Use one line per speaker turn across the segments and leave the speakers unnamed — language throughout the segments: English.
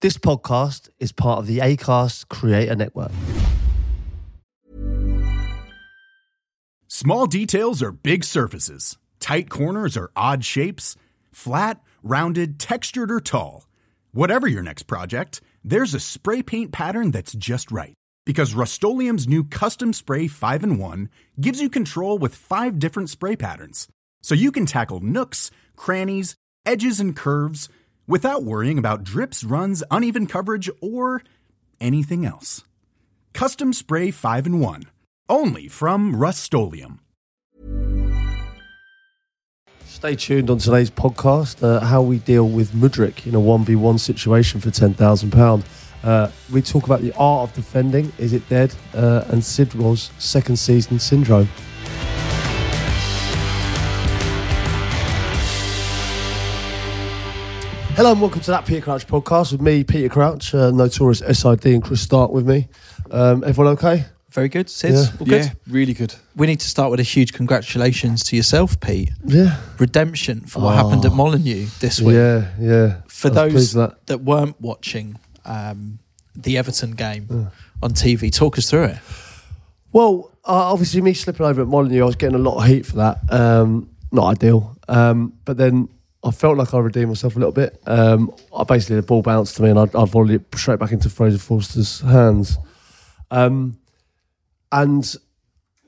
This podcast is part of the Acast Creator Network.
Small details are big surfaces. Tight corners are odd shapes. Flat, rounded, textured, or tall. Whatever your next project, there's a spray paint pattern that's just right. Because Rust new Custom Spray 5 in 1 gives you control with five different spray patterns. So you can tackle nooks, crannies, edges, and curves without worrying about drips, runs, uneven coverage, or anything else. Custom Spray 5 in 1. Only from Rust
Stay tuned on today's podcast uh, how we deal with Mudrick in a 1v1 situation for £10,000. Uh, we talk about the art of defending, is it dead, uh, and Sid Roll's second season syndrome. Hello and welcome to that Peter Crouch podcast with me, Peter Crouch, uh, notorious SID, and Chris Stark with me. Um, everyone okay?
Very good, Sid.
Yeah.
All good.
Yeah, really good.
We need to start with a huge congratulations to yourself, Pete.
Yeah.
Redemption for what happened at Molyneux this week.
Oh. Yeah, yeah.
For
I was
those
pleased with
that. weren't watching um, the Everton game on TV, talk us through it.
Well, uh, obviously, me slipping over at Molyneux, I was getting a lot of heat for that. Um, not ideal. Um, but then I felt like I redeemed myself a little bit. Um, I basically, the ball bounced to me and I, I volleyed it straight back into Fraser Forster's hands. Um, and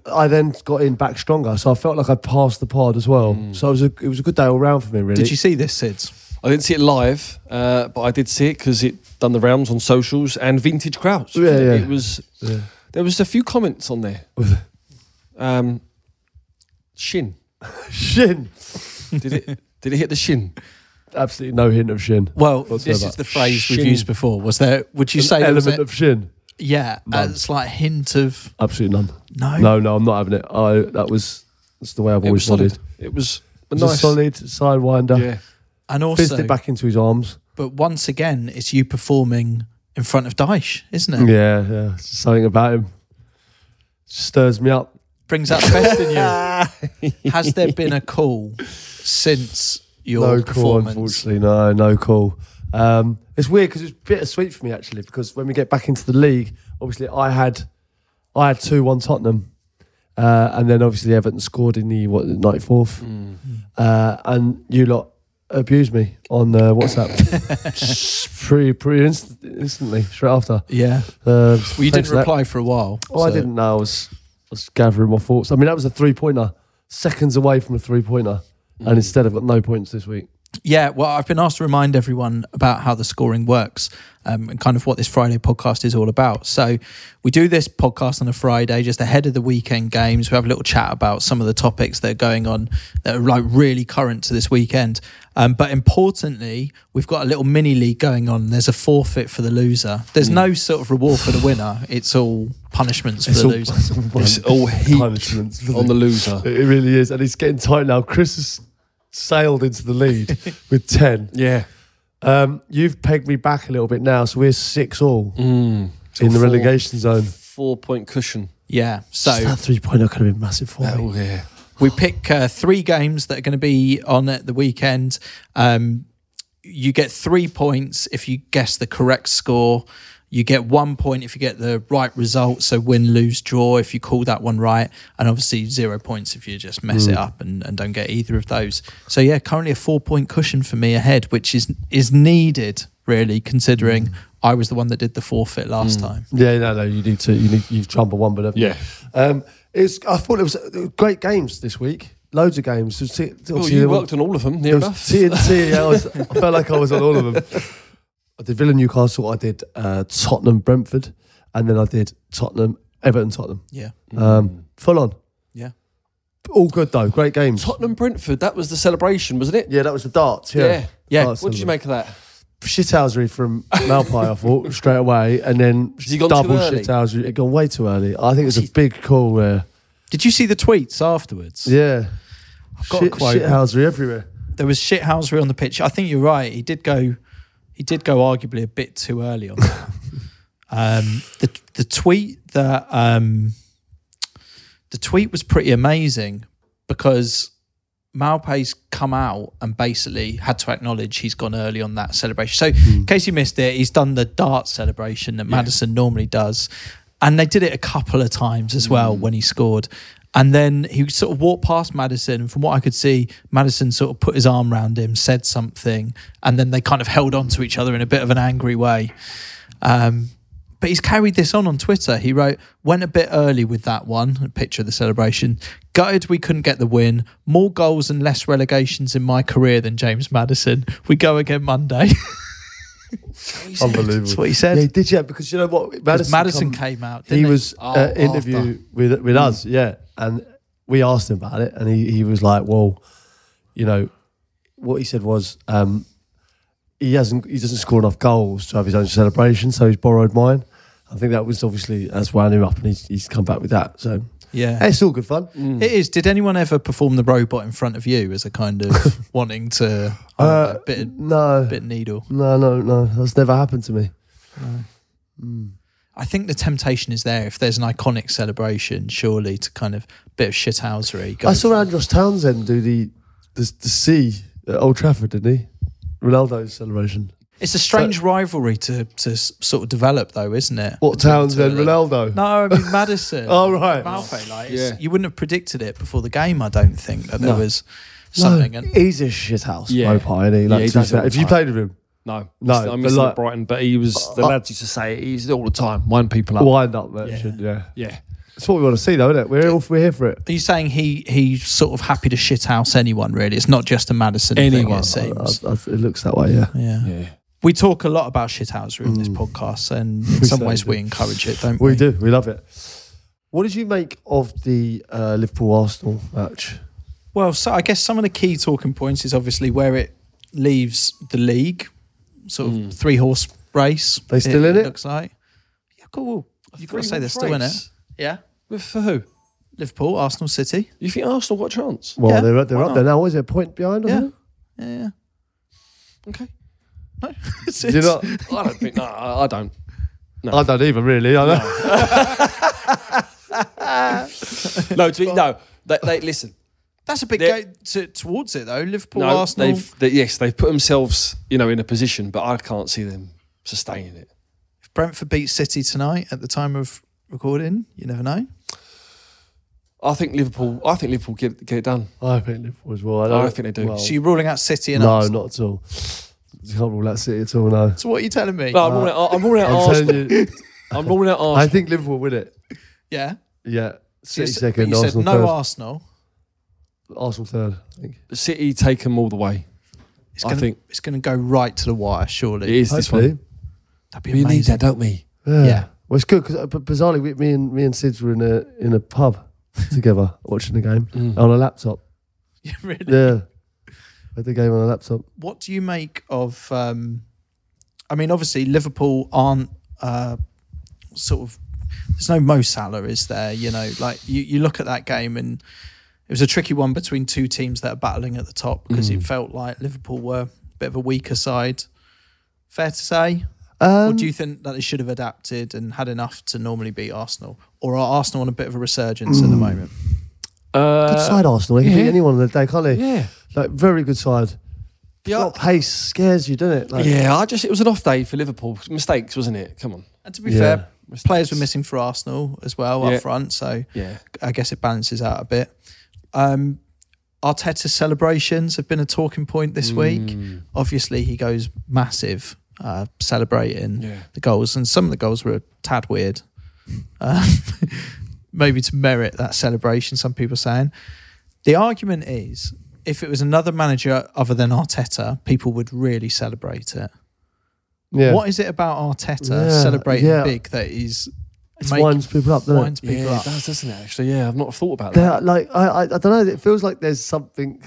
I then got in back stronger. So I felt like I passed the pod as well. So it was, a, it was a good day all round for me, really.
Did you see this, Sid?
I didn't see it live, uh, but I did see it because it done the rounds on socials and vintage crowds.
Yeah, yeah.
It was there was a few comments on there. Um, shin.
Shin.
Did it? did it hit the shin?
Absolutely no hint of shin.
Well,
Whatsoever.
this is the phrase we've
Shin.
used before. Was there? Would you say
An
there was
element
a-
of shin?
yeah, a slight hint of
Absolutely none.
no?
No, no, I'm not having it. I, that was that's the way I've
Oh, It was
always
solid.
wanted.
It was, a
It's
nice.
a solid sidewinder.
Yeah.
And
Fisted
also,
it back into his arms.
but once again, it's you performing in front of Daesh, isn't it?
Yeah, yeah. Something about him stirs me up.
brings out the best in you. Has there been a call since your
no call,
performance?
unfortunately. No, no call. Um, it's weird because it's bittersweet for me actually. Because when we get back into the league, obviously I had, I had two one Tottenham, uh, and then obviously Everton scored in the what ninety fourth,
Mm.
uh, and you lot abused me on uh, WhatsApp pretty pretty inst- instantly straight after.
Yeah.
Uh,
Well, you
thanks
didn't
for that.
reply for a while.
Oh, I
so-
didn't know. I was, I was gathering my thoughts. I mean, that was a three pointer, seconds away from a three pointer.
Mm.
And instead, I've got no points this week.
Yeah. Well, I've been asked to remind everyone about how the scoring works um, and kind of what this Friday podcast is all about. So we do this podcast on a Friday, just ahead of the weekend games. We have a little chat about some of the topics that are going on that are like really current to this weekend. Um, but importantly, we've got a little mini league going on. There's a forfeit for the loser. There's no sort of reward for the winner. It's all punishments for the loser.
It's all heaped
punishments
on the loser.
It really is. And it's getting tight now. Chris has sailed into the lead with 10.
Yeah.
Um, you've pegged me back a little bit now. So we're six all in the
Mm. Four-
relegation zone.
Four point cushion.
Yeah. So
that three pointer could have been massive for me.
Oh yeah.
We pick uh, three games that are going to be on at the weekend. Um, you get three points if you guess the correct score. You get one point if you get the right result. So win, lose, draw if you call that one right. And obviously zero points if you just mess it up and, and don't get either of those. So yeah, currently a four point cushion for me ahead, which is is needed really, considering I was the one that did the forfeit last time.
Yeah, no, no. You need to. You need. You've trumbled one, but haven't you?
Yeah.
Um, it's. I thought it was uh, great games this week. Loads of games. So, see-
Well,
obviously
Oh, you
there were-
worked on all of them
It
near
was
enough.
TNT. I, was, I felt like I was on all of them. I did Villa Newcastle. I did uh, Tottenham Brentford, and then I did Tottenham Everton Tottenham.
Yeah.
Mm.
Um, full on.
Yeah.
All good though. Great games.
Tottenham Brentford. That was the celebration, wasn't it?
Yeah, that was the darts. Yeah.
Yeah.
Yeah.
Darts
What did you
celebration.
make of that?
Shithousery from Malpai, I thought, straight away. And then
Has he gone too
double
early?
shithousery. It gone way too early. I think it was a big call there.
Did you see the tweets afterwards?
Yeah.
got a
Shit,
quote.
shithousery everywhere.
there was shithousery on the pitch. I think you're right. He did go, he did go arguably a bit too early on that. um, the the tweet that um, the tweet was pretty amazing because Malpay's come out and basically had to acknowledge he's gone early on that celebration. So, in case you missed it, he's done the dart celebration that Madison normally does. And they did it a couple of times as well when he scored. And then he sort of walked past Madison. And from what I could see, Madison sort of put his arm round him, said something. And then they kind of held on to each other in a bit of an angry way. Um, but he's carried this on on Twitter. He wrote, went a bit early with that one, a picture of the celebration. Gutted we couldn't get the win. More goals and less relegations in my career than James Madison. We go again Monday.
Unbelievable.
That's what he said.
Yeah, he did yeah, because you know what?
Madison,
Madison, come-
came out.
He
didn't Hmm.
was
Oh,
uh, interview
after.
with with us, yeah, and we asked him about it, and he, he was like, "Well, you know, what he said was um, he hasn't he doesn't score enough goals to have his own celebration, so he's borrowed mine." I think that was obviously that's wound him up, and he's, he's come back with that. So
Yeah.
hey, it's all good fun.
It is. Did anyone ever perform the robot in front of you as a kind of wanting to I don't know,
Uh,
bit of,
No,
bit of needle?
no, no, no, that's never happened to me.
I think the temptation is there if there's an iconic celebration, surely to kind of bit of shithousery. Go
I saw Andros Townsend do the the, the C at Old Trafford, didn't he? Ronaldo's celebration.
It's a strange rivalry to to s- sort of develop, though, isn't it?
What
Between the two
Townsend,
of them.
Ronaldo?
No, I mean Madison.
Oh, right.
Malpe, like, it's-
Yeah.
you wouldn't have predicted it before the game. I don't think that there
No.
was something. And
he's a shithouse, house,
Yeah.
Mo Pie, isn't he? Like,
Yeah, he's
to be
like
fair.
all
If you
time.
played with him,
No,
No,
I
but
missed him
like-
at Brighton, but he was the
Uh,
lads used to say it, he's all the time, wind people up.
wind up merchant, yeah.
Yeah,
That's what we want to see, though, isn't it? We're, all, we're here for it.
are you saying he he's sort of happy to shithouse anyone? Really, it's not just a Madison thing.
Anyone.
It seems.
I- I- it looks that way, Uh, yeah.
yeah.
yeah.
we talk a lot about shithousery in this podcast, and in some
certainly
ways
do.
we encourage it, don't we?
We do. We love it. What did you make of the uh, Liverpool Arsenal match?
Well, so I guess some of the key talking points is obviously where it leaves the league, sort of three horse race.
They still in it?
Looks like. Yeah, cool. You've got to
Three
say they're
horse
still in it.
race?
Yeah.
With for who?
Liverpool, Arsenal, City.
You think Arsenal got a chance?
Well,
Yeah,
they're, they're
why
up there now. Is there a point behind?
Yeah.
Yeah.
Yeah. yeah.
Okay.
It's-
You're
it's-
not,
I don't think. No, I I don't.
I don't even really. I know.
No, to be, no. They, they listen.
that's a big
They're-
go to, towards it though. Liverpool,
No,
Arsenal.
they've they, yes, they've put themselves you know in a position, but I can't see them sustaining it.
If Brentford beat City tonight at the time of recording, you never know.
I think Liverpool. I think Liverpool get get it done.
I think Liverpool as well. I,
I
don't-
think they do.
Well,
So you're ruling out City and
Oh. no,
Arsenal.
not at all. You can't rule that City at all, no.
So what are you telling me?
No, I'm ruling out. I'm ruling out
I'm
Arsenal.
telling you,
I'm ruling out
I
Arsenal.
think Liverpool win it.
yeah.
Yeah. City
Yes, but
second,
you
Arsenal
said no
third.
Arsenal.
Arsenal third, I think.
City take them all the way.
It's
I
gonna,
think-
it's going to go right to the wire. Surely
It is this
Hopefully.
one.
That'd be
We need
amazing.
that, don't we?
Yeah.
Yeah.
Well, it's good because bizarrely, we, me and me and Sids were in a in a pub together watching the game
Mm.
on a laptop.
Yeah, really.
Yeah, had the game on a laptop.
What do you make of? Um, I mean, obviously Liverpool aren't uh, sort of. There's no Mo Salah, is there? You know, like you, you look at that game and it was a tricky one between two teams that are battling at the top because
Mm.
it felt like Liverpool were a bit of a weaker side. Fair to say. or
Um,
do you think that they should have adapted and had enough to normally beat Arsenal? Or are Arsenal on a bit of a resurgence at the
Mm.
moment?
good
Uh,
Uh,
side Arsenal. They can beat
yeah.
anyone on the day, can't they?
Yeah.
Like very good side.
Yeah.
Got pace scares you, doesn't it? Like,
Yeah, I just it was an off day for Liverpool. Mistakes, wasn't it? Come on.
And to be
Yeah.
fair, players were missing for Arsenal as well
Yeah.
up front, so
Yeah.
I guess it balances out a bit. Um, Arteta's celebrations have been a talking point
Hmm.
this week. Obviously, he goes massive uh, celebrating
Yeah.
the goals, and some of the goals were a tad weird. Um, maybe to merit that celebration, some people are saying. The argument is if it was another manager other than Arteta, people would really celebrate it.
yeah.
What is it about Arteta
Yeah,
celebrating
yeah.
big that is
It
make-
winds people up, doesn't it?
winds people
yeah,
up?
it does, doesn't it? Actually, yeah, I've not thought about that.
They're, like I, I, I don't know. It feels like there's something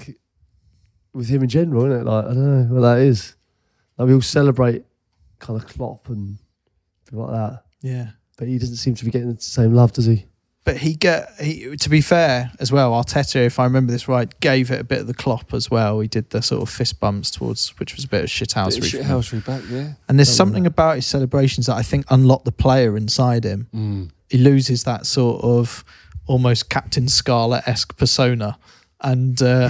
with him in general, isn't it? Like I don't know what that is. Like we all celebrate kind of Klopp and people like that,
Yeah.
but he doesn't seem to be getting the same love, does he?
But he get he, to be fair as well. Arteta, if I remember this right, gave it a bit of the clop as well. He did the sort of fist bumps towards, which was a bit of
Bit of
shithousery. from him.
shithousery back, yeah.
And there's something about his celebrations that I think unlock the player inside him.
Mm.
He loses that sort of almost Captain Scarlet esque persona, and uh,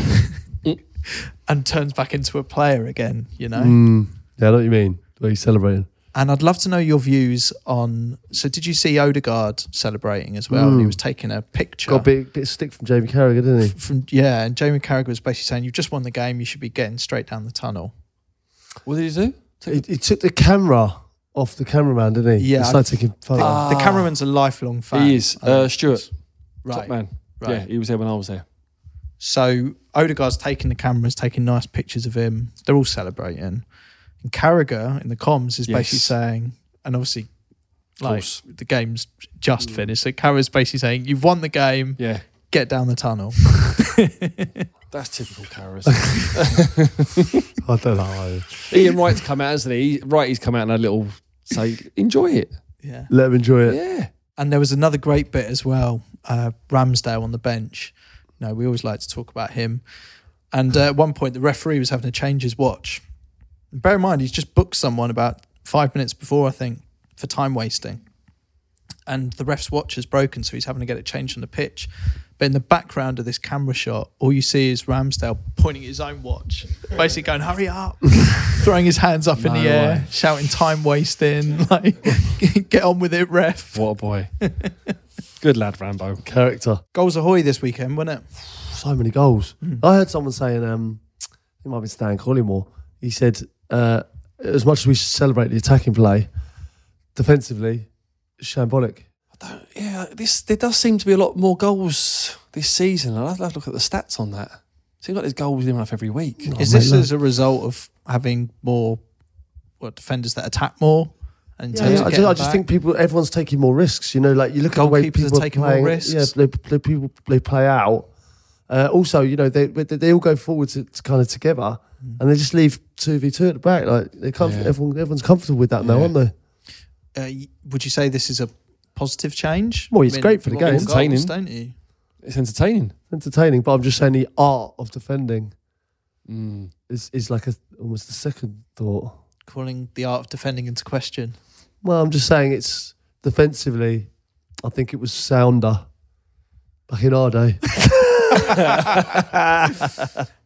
Mm.
and turns back into a player again, you know?
Yeah, I know what you mean. Where he's celebrating.
And I'd love to know your views on. So, did you see Odegaard celebrating as well? And
Mm.
He was taking a picture.
Got a bit, bit of stick from Jamie Carragher, didn't he?
from yeah, and Jamie Carragher was basically saying, "You've just won the game. You should be getting straight down the tunnel."
What did he do?
He, he took the camera off the cameraman, didn't he?
Yeah,
It's
I-
like taking photos.
The cameraman's a lifelong fan.
Ah. He is.
I think.
Uh, Stuart,
right.
top man.
Right.
Yeah, he was there when I was there.
So Odegaard's taking the cameras, taking nice pictures of him. They're all celebrating, and Carragher in the comms is
Yes.
basically saying, and obviously, like
course. Mm.
the game's just finished. So Carragher's basically saying, "You've won the game.
Yeah.
Get down the tunnel."
That's typical Carras.
I don't know.
Ian Wright's come out, hasn't he? Wright, he's come out and had a little say, enjoy it.
yeah.
Let him enjoy it.
Yeah.
And there was another great bit as well. Uh, Ramsdale on the bench. You know, we always like to talk about him. And uh, at one point, the referee was having to change his watch. And bear in mind, he's just booked someone about five minutes before, I think, for time wasting. And the ref's watch is broken, so he's having to get it changed on the pitch. But in the background of this camera shot, all you see is Ramsdale pointing at his own watch, basically going, hurry up, throwing his hands up in the air, shouting, time wasting, like, get on with it, ref.
What a boy. Good lad, Rambo.
Character.
Goals Ahoy this weekend, wasn't it?
so many goals.
Hmm.
I heard someone saying, um, it might be Stan Collymore. He said, uh, as much as we should celebrate the attacking play, defensively, it's shambolic.
Yeah, this there does seem to be a lot more goals this season. I'll have to have a look at the stats on that. Seems like there's goals in enough every week.
Is
mate,
this
no.
as a result of having more what defenders that attack more? In
Yeah,
terms
I,
of
just,
getting
I just
back?
think people, everyone's taking more risks. You know, like you look at the way
Goalkeepers are
people
taking more
playing,
risks.
Yeah, they, they, people they play out. Uh, also, you know, they, they they all go forward to, to kind of together,
Hmm.
and they just leave two v two at the back. Like they comf-
Yeah.
everyone everyone's comfortable with that now,
Yeah.
aren't they?
Uh, y- would you say this is a positive change?
Well, it's great for the
you want
game.
more goals,
Entertaining.
don't you?
It's entertaining.
Entertaining, but I'm just saying the art of defending
Mm.
is is like a, almost the second thought.
Calling the art of defending into question.
Well, I'm just saying it's defensively. I think it was sounder back in our day.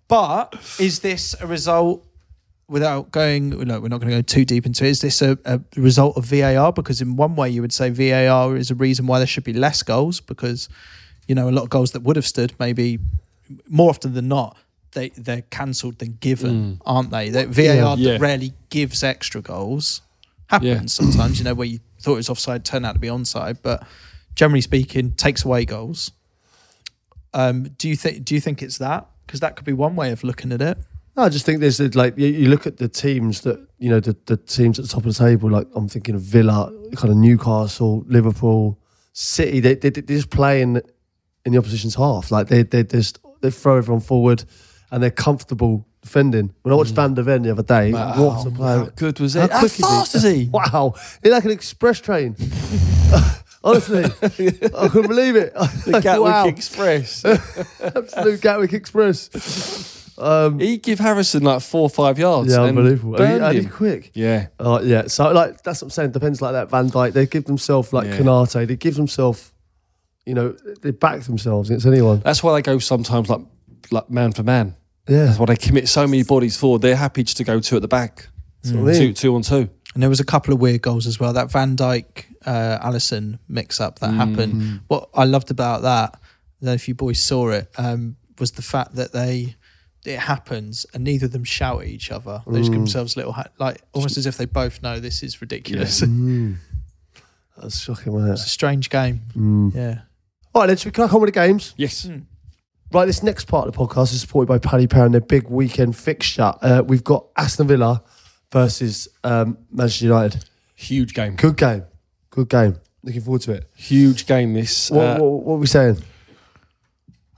But is this a result? Without going, no, we're not going to go too deep into it. Is this a, a result of VAR? Because in one way, you would say VAR is a reason why there should be less goals because, you know, a lot of goals that would have stood maybe more often than not they they're cancelled than given, aren't they? That VAR
Mm. Yeah.
that rarely gives extra goals. Happens
Yeah.
sometimes, you know, where you thought it was offside, turned out to be onside, but generally speaking, takes away goals. Um, do you think do you think it's that? Because that could be one way of looking at it.
No, I just think there's there's, like you, you look at the teams that you know the, the teams at the top of the table. Like I'm thinking of Villa, kind of Newcastle, Liverpool, City. They they they're just playing in the opposition's half. Like they they just they throw everyone forward, and they're comfortable defending. When I watched Van der Ven the other day, what a
How
player!
good was
Oh, How
it? How,
quick is he?
fast is he?
Wow, he's like an express train. Honestly, I couldn't believe it.
The Gatwick
wow,
Express.
Um, absolute Gatwick Express. Um,
he give Harrison like four or five yards.
yeah,
and
unbelievable. And he-
burned
and he
him.
quick.
Yeah.
Oh yeah, so like that's what I'm saying. Depends like that. Van Dyke, they give themselves like
Yeah.
Canate, they give themselves, you know, they back themselves against anyone.
That's why they go sometimes like like man for man.
Yeah,
That's why they commit so many bodies forward. They're happy just to go two at the back.
that's what I
Two
mean.
two on two.
And there was a couple of weird goals as well. That Van Dyke uh, Allison mix up that happened. What I loved about that, I don't know if you boys saw it, um, was the fact that they it happens and neither of them shout at each other. They just give themselves little ha- like almost as if they both know this is ridiculous.
That's shocking, wasn't
it's a
it?
strange game. Yeah.
All right, then should we crack on with the games?
Yes.
Right, this next part of the podcast is supported by Paddy Power and their big weekend fixture. Uh, we've got Aston Villa versus um, Manchester United.
Huge game.
Good game, good game. Looking forward to it.
Huge game this.
What,
uh,
what, what are we saying?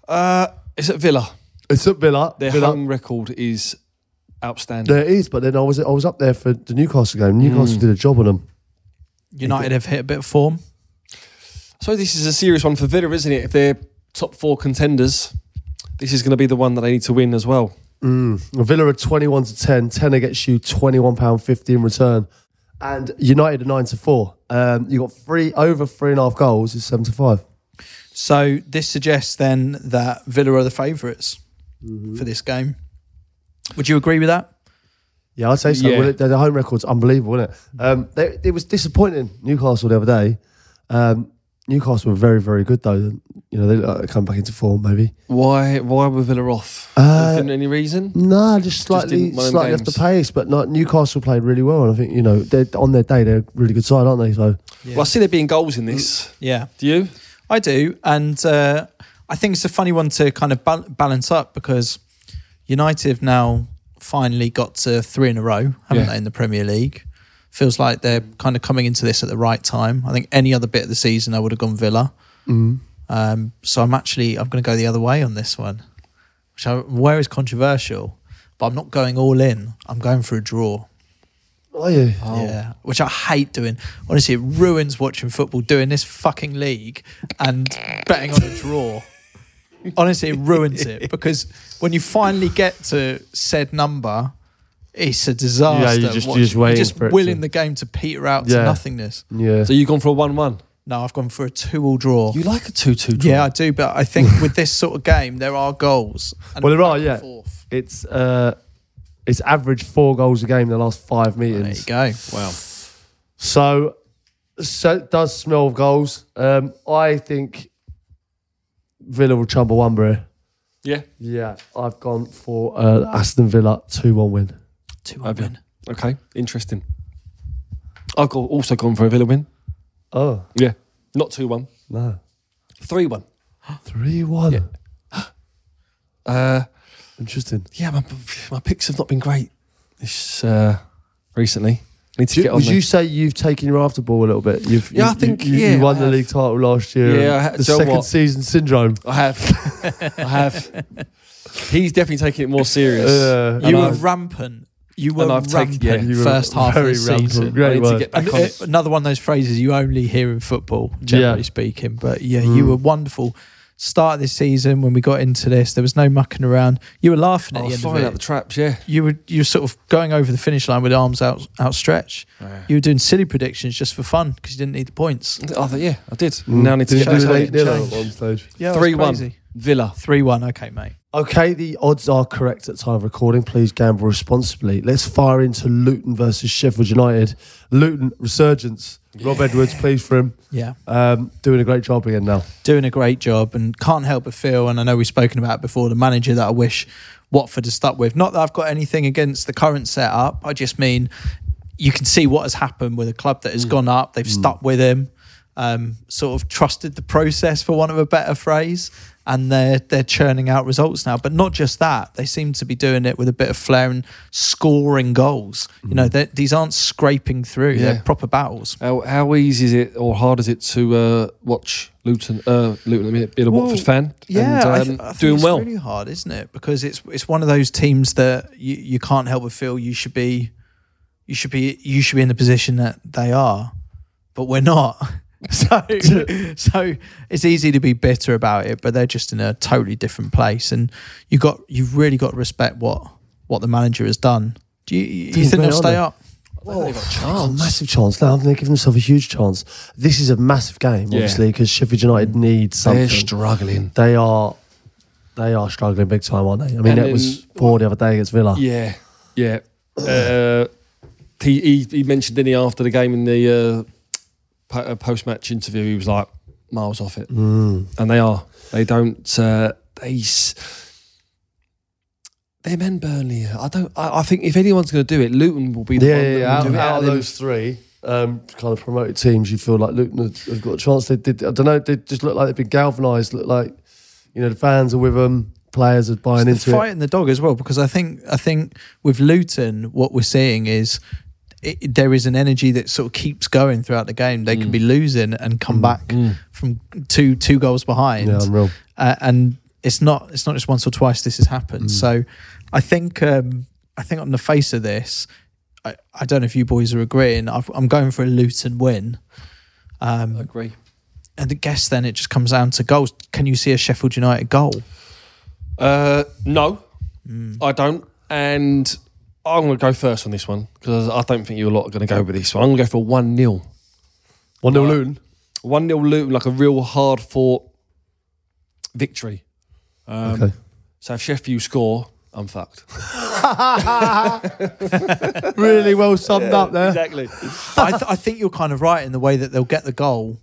uh, it's at Villa.
It's at Villa.
Their
Villa.
home record is outstanding.
There it is, but then I was I was up there for the Newcastle game. Newcastle
Mm.
did a job on them.
United have hit a bit of form.
So this is a serious one for Villa, isn't it? If they're top four contenders, this is going to be the one that they need to win as well.
Villa are 21 to 10. Tenner gets you £21.50 in return. And United are 9 to 4. Um, you got three over three and a half goals is 7 to 5.
So this suggests then that Villa are the favourites for this game. Would you agree with that?
Yeah, I'd say so.
Yeah.
Well, their their home record's unbelievable, isn't it? Um, they, it was disappointing Newcastle the other day. Um, Newcastle were very, very good though. You know, they uh, come back into form maybe.
Why? Why were Villa off?
Uh,
Anything- any reason?
No, just slightly,
didn't win
slightly off
games.
the pace, but not Newcastle played really well, and I think you know they're on their day. They're a really good side, aren't they? So
Well, I see there being goals in this.
Yeah.
Do you?
I do, and uh, I think it's a funny one to kind of bal- balance up because United have now finally got to three in a row, haven't
Yeah.
they, in the Premier League? Feels like they're kind of coming into this at the right time. I think any other bit of the season, I would have gone Villa. Um, so I'm actually I'm going to go the other way on this one, which I, where is controversial, but I'm not going all in. I'm going for a draw.
are you?
Yeah, which I hate doing. Honestly, it ruins watching football doing this fucking league and betting on a draw. Honestly, it ruins it because when you finally get to said number, it's a disaster.
Yeah, you're just-
watching.
you're just waiting for it
willing
to-
the game to peter out to
Yeah.
nothingness.
Yeah.
So you've gone for a one-one.
No, I've gone for a two-all draw.
You like a two-two draw?
yeah, I do, but I think with this sort of game, there are goals. and
well, there are.
back and
Yeah,
forth.
it's uh, it's averaged four goals a game in the last five
There
meetings.
you go.
Wow.
So, so it does smell of goals. Um, I think Villa will Chumbawamba. here.
Yeah.
Yeah, I've gone for uh, Aston Villa two one win.
Two-all
Have you?
win.
Okay. Interesting. I've got, also gone for a Villa win.
Oh
Yeah. Not two-one.
no,
Three-one.
three one.
Uh,
Interesting.
yeah. My, my picks have not been great this uh, recently. Need to
Do-
get on.
would
the-
you say you've taken your after ball a little bit? You've,
Yeah,
you-
I think,
you, you,
yeah,
you won
I
the
have.
league title last year.
Yeah, I ha-
the
so
second
what?
season syndrome.
I have. I have. He's definitely taking it more serious.
Uh,
And
You
I-
were rampant. You were
And I've taken-
rampant
yeah,
you were
first half of
very
the
rampant.
season.
Great
I need to
work.
get
And
back on.
it- uh, another one of those phrases you only hear in football, generally
Yeah.
speaking. But yeah, you were wonderful. Start of this season when we got into this, there was no mucking around. You were laughing at the
Oh,
end of
flying
it.
out the traps, yeah.
you were you were sort of going over the finish line with arms out outstretched. You were doing silly predictions just for fun because you didn't need the points.
I thought, yeah, I
Mm.
did. Now I need to
Did
get
you do
back
the
on
eight
it.
nil at one stage?
Yeah,
Three one Villa.
three one. Okay, mate.
Okay, the odds are correct at time of recording. Please gamble responsibly. Let's fire into Luton versus Sheffield United. Luton resurgence. Rob Edwards, please for him.
Yeah,
Um, doing a great job again now.
doing a great job and can't help but feel. And I know we've spoken about it before the manager that I wish Watford to stuck with. Not that I've got anything against the current setup. I just mean you can see what has happened with a club that has gone up. They've stuck with him, um, sort of trusted the process, for want of a better phrase, and they're they're churning out results now. But not just that, they seem to be doing it with a bit of flair and scoring goals. You know, they're- these aren't scraping through;
Yeah.
they're proper battles.
How, how easy is it or hard is it to uh, watch Luton, uh, Luton, I mean, being a
Well,
Watford fan?
Yeah,
and,
I th-
um,
I think
doing
it's
well.
Really hard, isn't it? Because it's it's one of those teams that you, you can't help but feel you should be, you should be you should be in the position that they are, but we're not. So so it's easy to be bitter about it, but they're just in a totally different place, and you got you've really got to respect what what the manager has done. Do you, you
Didn't
think
they,
they'll
are
stay
they?
up?
Oh, massive chance. Now, I think they've given themselves a huge chance. This is a massive game, obviously, because Sheffield United need something.
They're struggling.
They are they are struggling big time, aren't they? I mean,
And
it was
in-
poor the other day against Villa.
Yeah, yeah. Uh, he, he, he mentioned, didn't he, after the game in the uh, po- uh, post match interview, he was like miles off it.
Mm.
And they are. They don't. Uh, they. s- They're men Burnley. I don't. I, I think if anyone's going to do it, Luton will be the
Yeah,
one
yeah, yeah.
that will
Out,
do it.
out of
them.
those three um, kind of promoted teams, you feel like Luton have have got a chance. They did. I don't know. They just look like they've been galvanised. Look like you know the fans are with them. Players are buying
It's the
into
fight
it.
and the dog as well because I think I think with Luton what we're seeing is it, there is an energy that sort of keeps going throughout the game. They can be losing and come back from two two goals behind.
Yeah, unreal.
Uh, and it's not it's not just once or twice this has happened. So I think um, I think on the face of this, I, I don't know if you boys are agreeing. I've, I'm going for a Luton win.
I agree.
And I guess then it just comes down to goals. Can you see a Sheffield United goal?
Uh, no,
Mm.
I don't. And I'm going to go first on this one because I don't think you a lot are going to go with this one. I'm going to go for 1 0.
One 0 Luton.
1 0 Luton, like a real hard fought victory. Um,
Okay.
So if Sheffield score, I'm fucked.
really well summed up there.
Exactly.
I, th- I think you're kind of right in the way that they'll get the goal.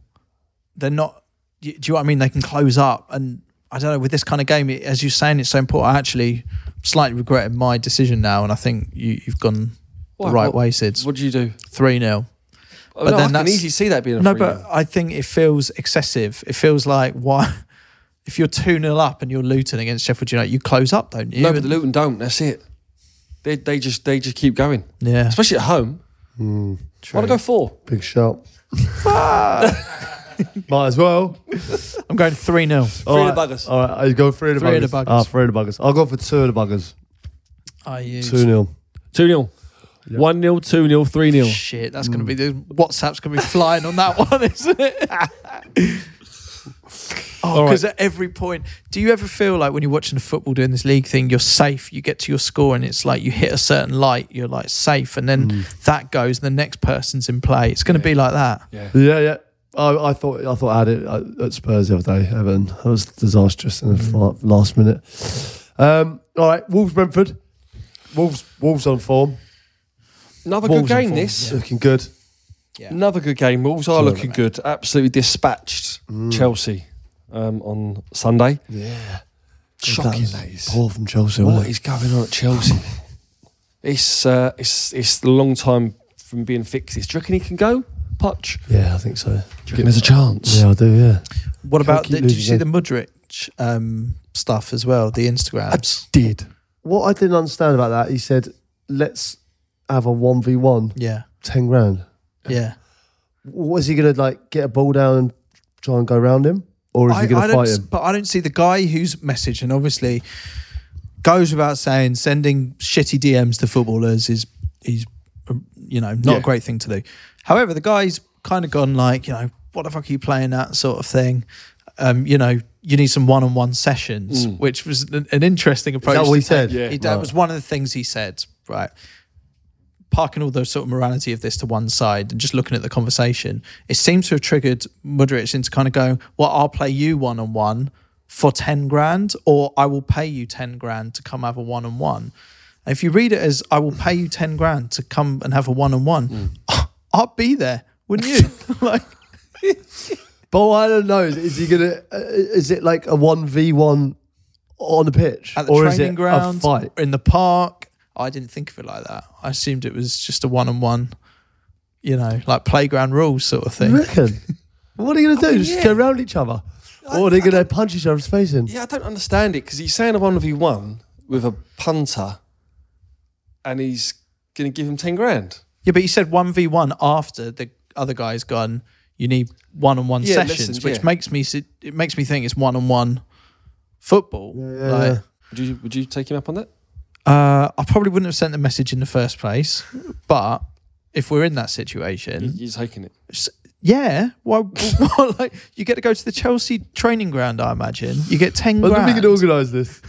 They're not. Do you know what I mean? They can close up, and I don't know. With this kind of game, it, as you're saying, it's so important. I actually slightly regretted my decision now, and I think you, you've gone the
What-
right
what-
way, Sids.
What do you do?
Three 0
But
then
no, I can
that's-
easily see that being a
No,
free
but I think it feels excessive. It feels like why. If you're 2 0 up and you're Luton against Sheffield United, you close up, don't you?
No, but the Luton don't. That's it. They they just they just keep going,
yeah.
especially at home. Hmm, Why not go four?
Big shot. Might as well.
I'm going 3 0.
All
of
right.
the buggers.
All right, I go three of the
Three
buggers.
of the buggers.
Ah, three of the buggers. I'll go for two of the buggers.
I use.
Two 0
Two 0 one 0 two 0 three 0
Shit, that's going to be the WhatsApp's going to be flying on that one, isn't it? oh, because at every point, do you ever feel like when you're watching the football doing this league thing, you're safe? You get to your score and it's like you hit a certain light, you're like safe, and then that goes, and the next person's in play. It's going to be like that.
Yeah, yeah. I, I thought I thought I had it at- at Spurs the other day. Evan, that was disastrous in the fi- last minute. Um, all right, Wolves Brentford. Wolves Wolves on form.
Another
Wolves
good
on
game.
form.
This
looking good.
another good game. Wolves are looking good. Absolutely dispatched Chelsea um, on Sunday. Yeah, shocking
was
that is.
Poor from Chelsea. wasn't
What
it?
is going on at Chelsea? it's uh, it's it's a long time from being fixed. Do you reckon he can go? Potch.
Yeah, I think so.
Do you reckon there's a chance?
Yeah, I do. Yeah.
What about
keep
the, did you see
losing
the Mudrich um, stuff as well? The Instagrams.
Did
What I didn't understand about that, he said, "Let's have a one v one,
Yeah,
ten grand."
yeah.
Was he gonna like get a ball down and try and go round him, or is
I,
he
I
gonna
don't
fight
s-
him?
But I don't see the guy whose message, and obviously goes without saying, sending shitty DMs to footballers is is um, you know not
Yeah.
a great thing to do. However, the guy's kind of gone like you know what the fuck are you playing at sort of thing. Um, you know, you need some one-on-one sessions, which was an, an interesting approach.
Hmm. that what
to
he
take.
said? Yeah.
He- that was one of the things he said. Right, parking all the sort of morality of this to one side and just looking at the conversation, it seems to have triggered Mudrich into kind of going, "Well, I'll play you one on one for ten grand, or I will pay you ten grand to come have a one on one." If you read it as "I will pay you ten grand to come and have a one on one,"
Hmm.
I'd be there, wouldn't you? like,
But what I don't know is, is he gonna? Uh, is it like a one v one on the pitch,
at the
or is
training
it
ground,
a fight?
in the park. I didn't think of it like that. I assumed it was just a one on one, you know, like playground rules sort of
You
thing.
reckon? what are they gonna do?
Oh,
Just go round each other, or are they gonna punch each other's face in?
Yeah, I don't understand it because he's saying a one v one with a punter, and he's going to give him ten grand.
Yeah, but you said one v one after the other guy's gone. You need one on one
Yeah,
sessions,
lessons,
which
yeah.
makes me si- it makes me think it's one on one football. Like,
Would you Would you take him up on that?
Uh, I probably wouldn't have sent the message in the first place, but if we're in that situation,
You're taking it.
s- yeah, why? why- like, you get to go to the Chelsea training ground, I imagine. You get ten
I don't think
grand
you can organise this.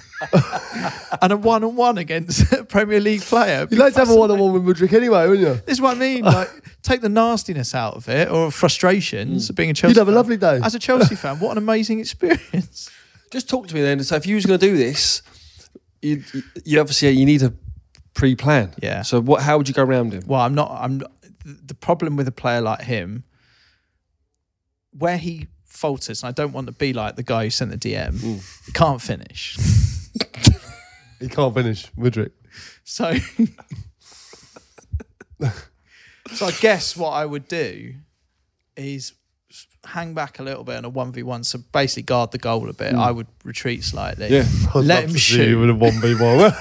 and a one on one against a Premier League player.
You'd like to have a one on one with Mudrick anyway, wouldn't you?
This is what I mean. Like, take the nastiness out of it or frustrations of being Mm. a Chelsea.
You'd have a
fan.
lovely day.
As a Chelsea fan, what an amazing experience.
Just talk to me then. So if you was going to do this, you, you obviously you need a pre-plan.
Yeah.
So what? How would you go around him?
Well, I'm not. I'm. The problem with a player like him, where he falters, and I don't want to be like the guy who sent the DM. He can't finish.
He can't finish, Mudrick.
So, so I guess what I would do is hang back a little bit on a one v one. So basically, guard the goal a bit. I would retreat slightly.
Yeah.
Let him shoot.
with a one v one.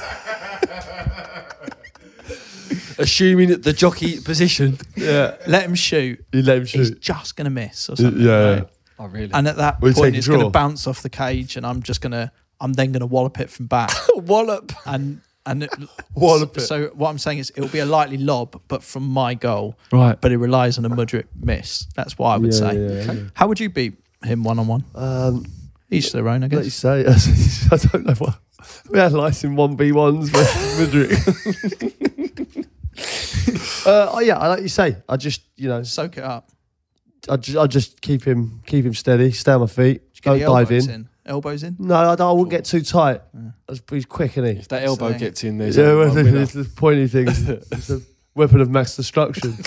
Assuming that the jockey position.
Let him shoot.
You let him
He's
shoot.
just gonna miss or
Yeah,
something.
yeah.
right?
Oh really?
and at that
We'll
point
take
it's going
draw.
to bounce off the cage and i'm just going to i'm then going to wallop it from back
wallop.
and and it,
Wallop it.
so what i'm saying is it'll be a likely lob but from my goal
Right.
but it relies on a mudrick miss that's what i would
Yeah,
say
yeah, yeah. Okay.
how would you beat him one-on-one
Um,
each their own i
let you
guess
say, I don't know what. We had lice in 1v1s with Mudrick. uh, oh, yeah, I like you say, I just, you know,
soak it up
I just, I just keep him keep him steady, stay on my feet,
Get
don't
the
dive
elbows
in.
elbows in?
No, I, don't- I wouldn't get too tight. That's, he's quick, isn't he?
If that elbow
So-
gets in, there's
Yeah,
a
well,
one winner.
it's this pointy thing. It's a weapon of mass destruction.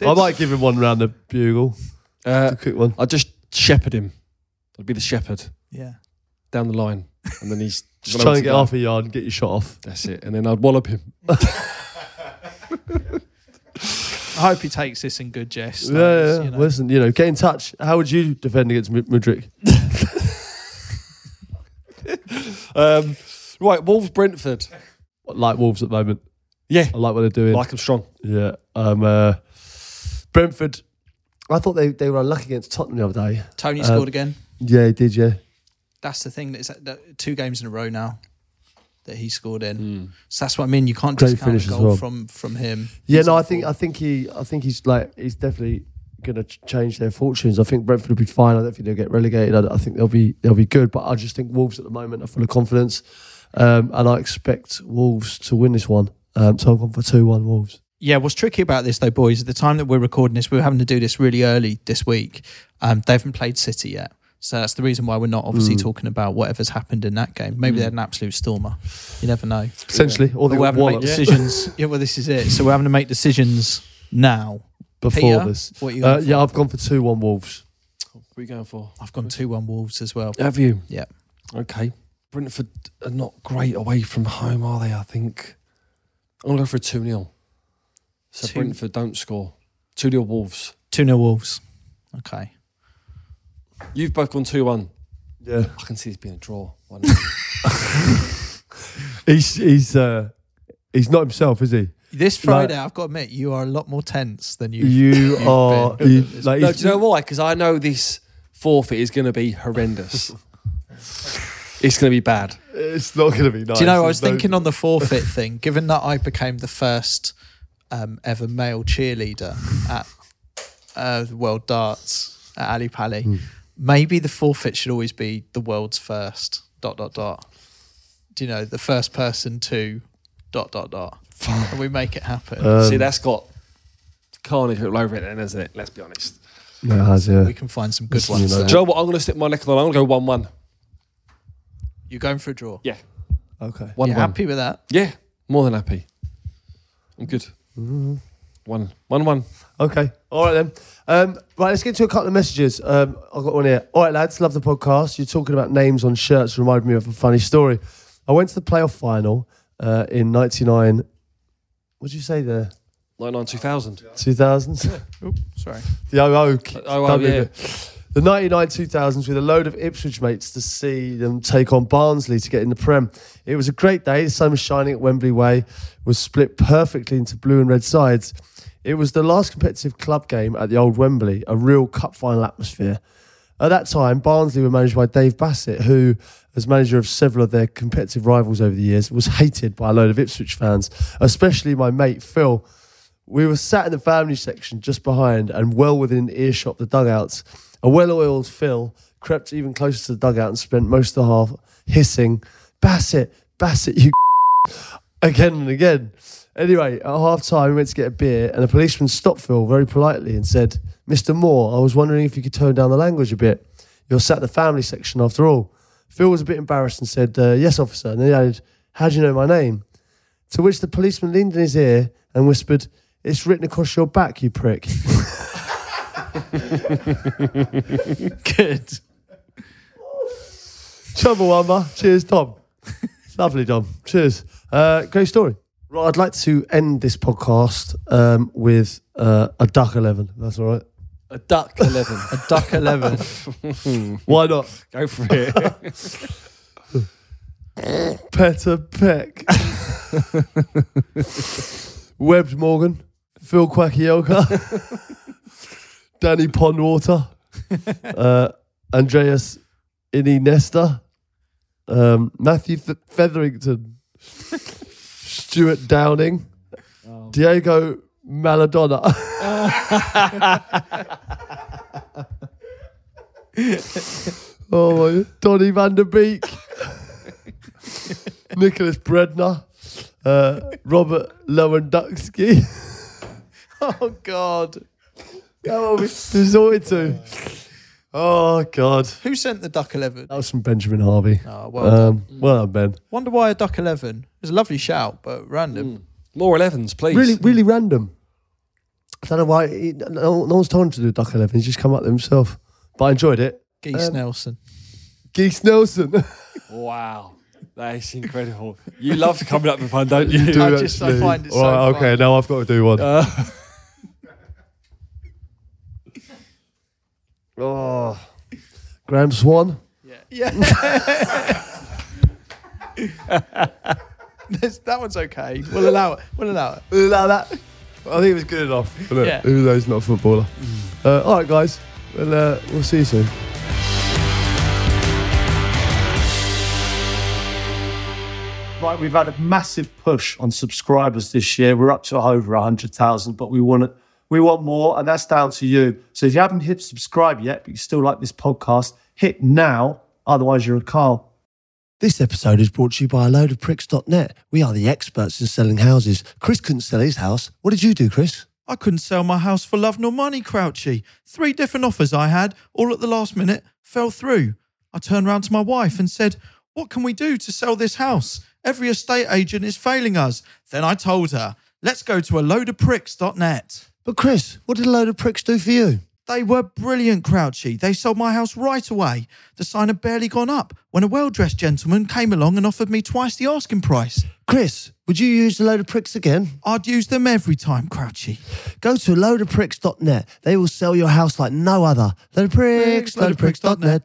I might give him one round the bugle.
Uh,
A quick one.
I'd just shepherd him. I'd be the shepherd
Yeah.
down the line, and then he's
Just try and get half a yard and get your shot off.
That's it, and then I'd wallop him.
I hope he takes this in good jest.
yeah,
though,
yeah.
it's, you know.
Listen, you know, get in touch. How would you defend against M- Mudrick?
Um, right, Wolves Brentford.
Like Wolves at the moment.
Yeah,
I like what they're doing.
like them strong.
yeah. Um, uh, Brentford. I thought they, they were unlucky against Tottenham the other day.
Tony
Um,
scored again.
Yeah, he did, yeah.
That's the thing. That's that, two games in a row now that he scored in. So that's what I mean. You can't
Great
discount
finish
a
as
goal
well.
from from him.
Yeah,
He's
no,
on
I think
form.
I think he I think he's like he's definitely going to change their fortunes. I think Brentford will be fine. I don't think they'll get relegated. I, I think they'll be they'll be good. But I just think Wolves at the moment are full of confidence, um, and I expect Wolves to win this one. Um, so I've gone for two one Wolves.
Yeah, what's tricky about this though, boys, at the time that we're recording this, we were having to do this really early this week. Um, they haven't played City yet. So that's the reason why we're not
Hmm.
obviously talking about whatever's happened in that game. Maybe they had an absolute stormer. You never know.
Essentially, or
But
they
we're
got
having to make
walloped
decisions. yeah, well, this is it. So we're having to make decisions now.
before
Peter,
this.
what you
Uh,
going for?
yeah, I've gone for two one Wolves.
What are you going for?
I've gone 2 1 Wolves as well.
Have you?
Yeah.
Okay. Brentford are not great away from home, are they? I think I'm gonna go for a two 0 So
Two-
Brentford don't score. Two 0 Wolves.
2 0 Wolves. Okay.
You've both gone two one.
Yeah,
I can see this being a draw. One-
he's he's uh, he's not himself, is he?
This
Like-
Friday, I've got to admit, you are a lot more tense than you.
You are
been-
you, like
no,
he's-
do you know why? Because I know this forfeit is going to be horrendous. it's going to be bad.
it's not going to be nice.
Do you know, I was
There's no-
thinking on the forfeit thing, given that I became the first um, ever male cheerleader at uh, the World Darts at Ali Pali, maybe the forfeit should always be the world's first, dot, dot, dot. Do you know, the first person to, dot, dot, dot. and we make it happen.
see, that's got carnage all over it, then, isn't it? Let's be honest.
No, it has, yeah.
we can find some good
you
ones.
know.
there.
Do you know what? I'm going to stick my neck on the line. I'm going to go one one.
You're going for a draw.
Yeah,
Okay.
one
You're
one.
happy with that?
Yeah, more than happy. I'm good. Mm-hmm. One one one.
Okay. All right then. Um, right, let's get to a couple of messages. Um, I've got one here. All right, lads, love the podcast. You're talking about names on shirts reminded me of a funny story. I went to the playoff final uh, in 99. What did you say there?
Nine nine two thousand.
2000s?
Sorry.
the 00. keeps
Oh, oh,
doubling
yeah.
it. The 99 2000s with a load of Ipswich mates to see them take on Barnsley to get in the Prem. It was a great day. The sun was shining at Wembley Way, was split perfectly into blue and red sides. It was the last competitive club game at the old Wembley, a real cup final atmosphere. At that time, Barnsley were managed by Dave Bassett, who, as manager of several of their competitive rivals over the years, was hated by a load of Ipswich fans, especially my mate Phil. We were sat in the family section just behind and well within earshot of the dugouts. A well oiled Phil crept even closer to the dugout and spent most of the half hissing, Bassett, Bassett, you again and again. Anyway, at half time, we went to get a beer, and a policeman stopped Phil very politely and said, Mr. Moore, I was wondering if you could tone down the language a bit. You're sat in the family section after all. Phil was a bit embarrassed and said, uh, Yes, officer. And then he added, How do you know my name? To which the policeman leaned in his ear and whispered, It's written across your back, you prick.
Good.
Chumbawamba. Cheers, Tom. Lovely, Tom. Cheers. Uh, great story. Right, I'd like to end this podcast um, with uh, a duck 11. That's all right.
A duck eleven.
A duck 11.
Why not?
go for it.
Petter Peck. Webbed Morgan. Phil Quackyoka. Danny Pondwater. Uh, Andreas Inni Nesta. Um, Matthew Th- Featherington. Stuart Downing. Diego Maladona. oh my Donny van der Beek. Nicholas Bredner, uh, Robert Lewandowski.
oh, God.
that one we resorted to. Oh God,
Who sent the Duck 11?
that was from Benjamin Harvey.
uh,
Oh, well done.
Um, well done, Ben.
Wonder why a Duck 11? It was a lovely shout, but random.
More 11s, please.
Really, really random. I don't know why. He, no, no one's told him to do Duck Eleven. He's just come up with it himself. But I enjoyed it.
Geese
Um,
Nelson.
Geese Nelson.
Wow. That's incredible. You love coming up with one, don't you?
do
I just- I
actually.
find it so Uh.
Alright, okay,
fun.
now I've got to do one. oh, Graham Swan.
Yeah. That's- that one's okay. We'll allow it. We'll allow it.
Like that. I think it was good enough. Wasn't it?
Yeah.
Even though he's not a footballer. Uh, all right, guys. Well, uh, we'll see you soon.
Right, we've had a massive push on subscribers this year. We're up to over 100,000, but we want it. We want more, and that's down to you. So if you haven't hit subscribe yet, but you still like this podcast, hit now. Otherwise, you're a Carl.
This episode is brought to you by a load of pricks.net. We are the experts in selling houses. Chris couldn't sell his house. What did you do, Chris?
I couldn't sell my house for love nor money, Crouchy. Three different offers I had, all at the last minute, fell through. I turned round to my wife and said, What can we do to sell this house? Every estate agent is failing us. Then I told her, Let's go to a load of pricks.net.
But Chris, what did a load of pricks do for you?
They were brilliant, Crouchy. They sold my house right away. The sign had barely gone up when a well dressed gentleman came along and offered me twice the asking price.
Chris, would you use a load of pricks again?
I'd use them every time, Crouchy.
Go to a load of pricks.net. They will sell your house like no other. Load of pricks, load of pricks.net.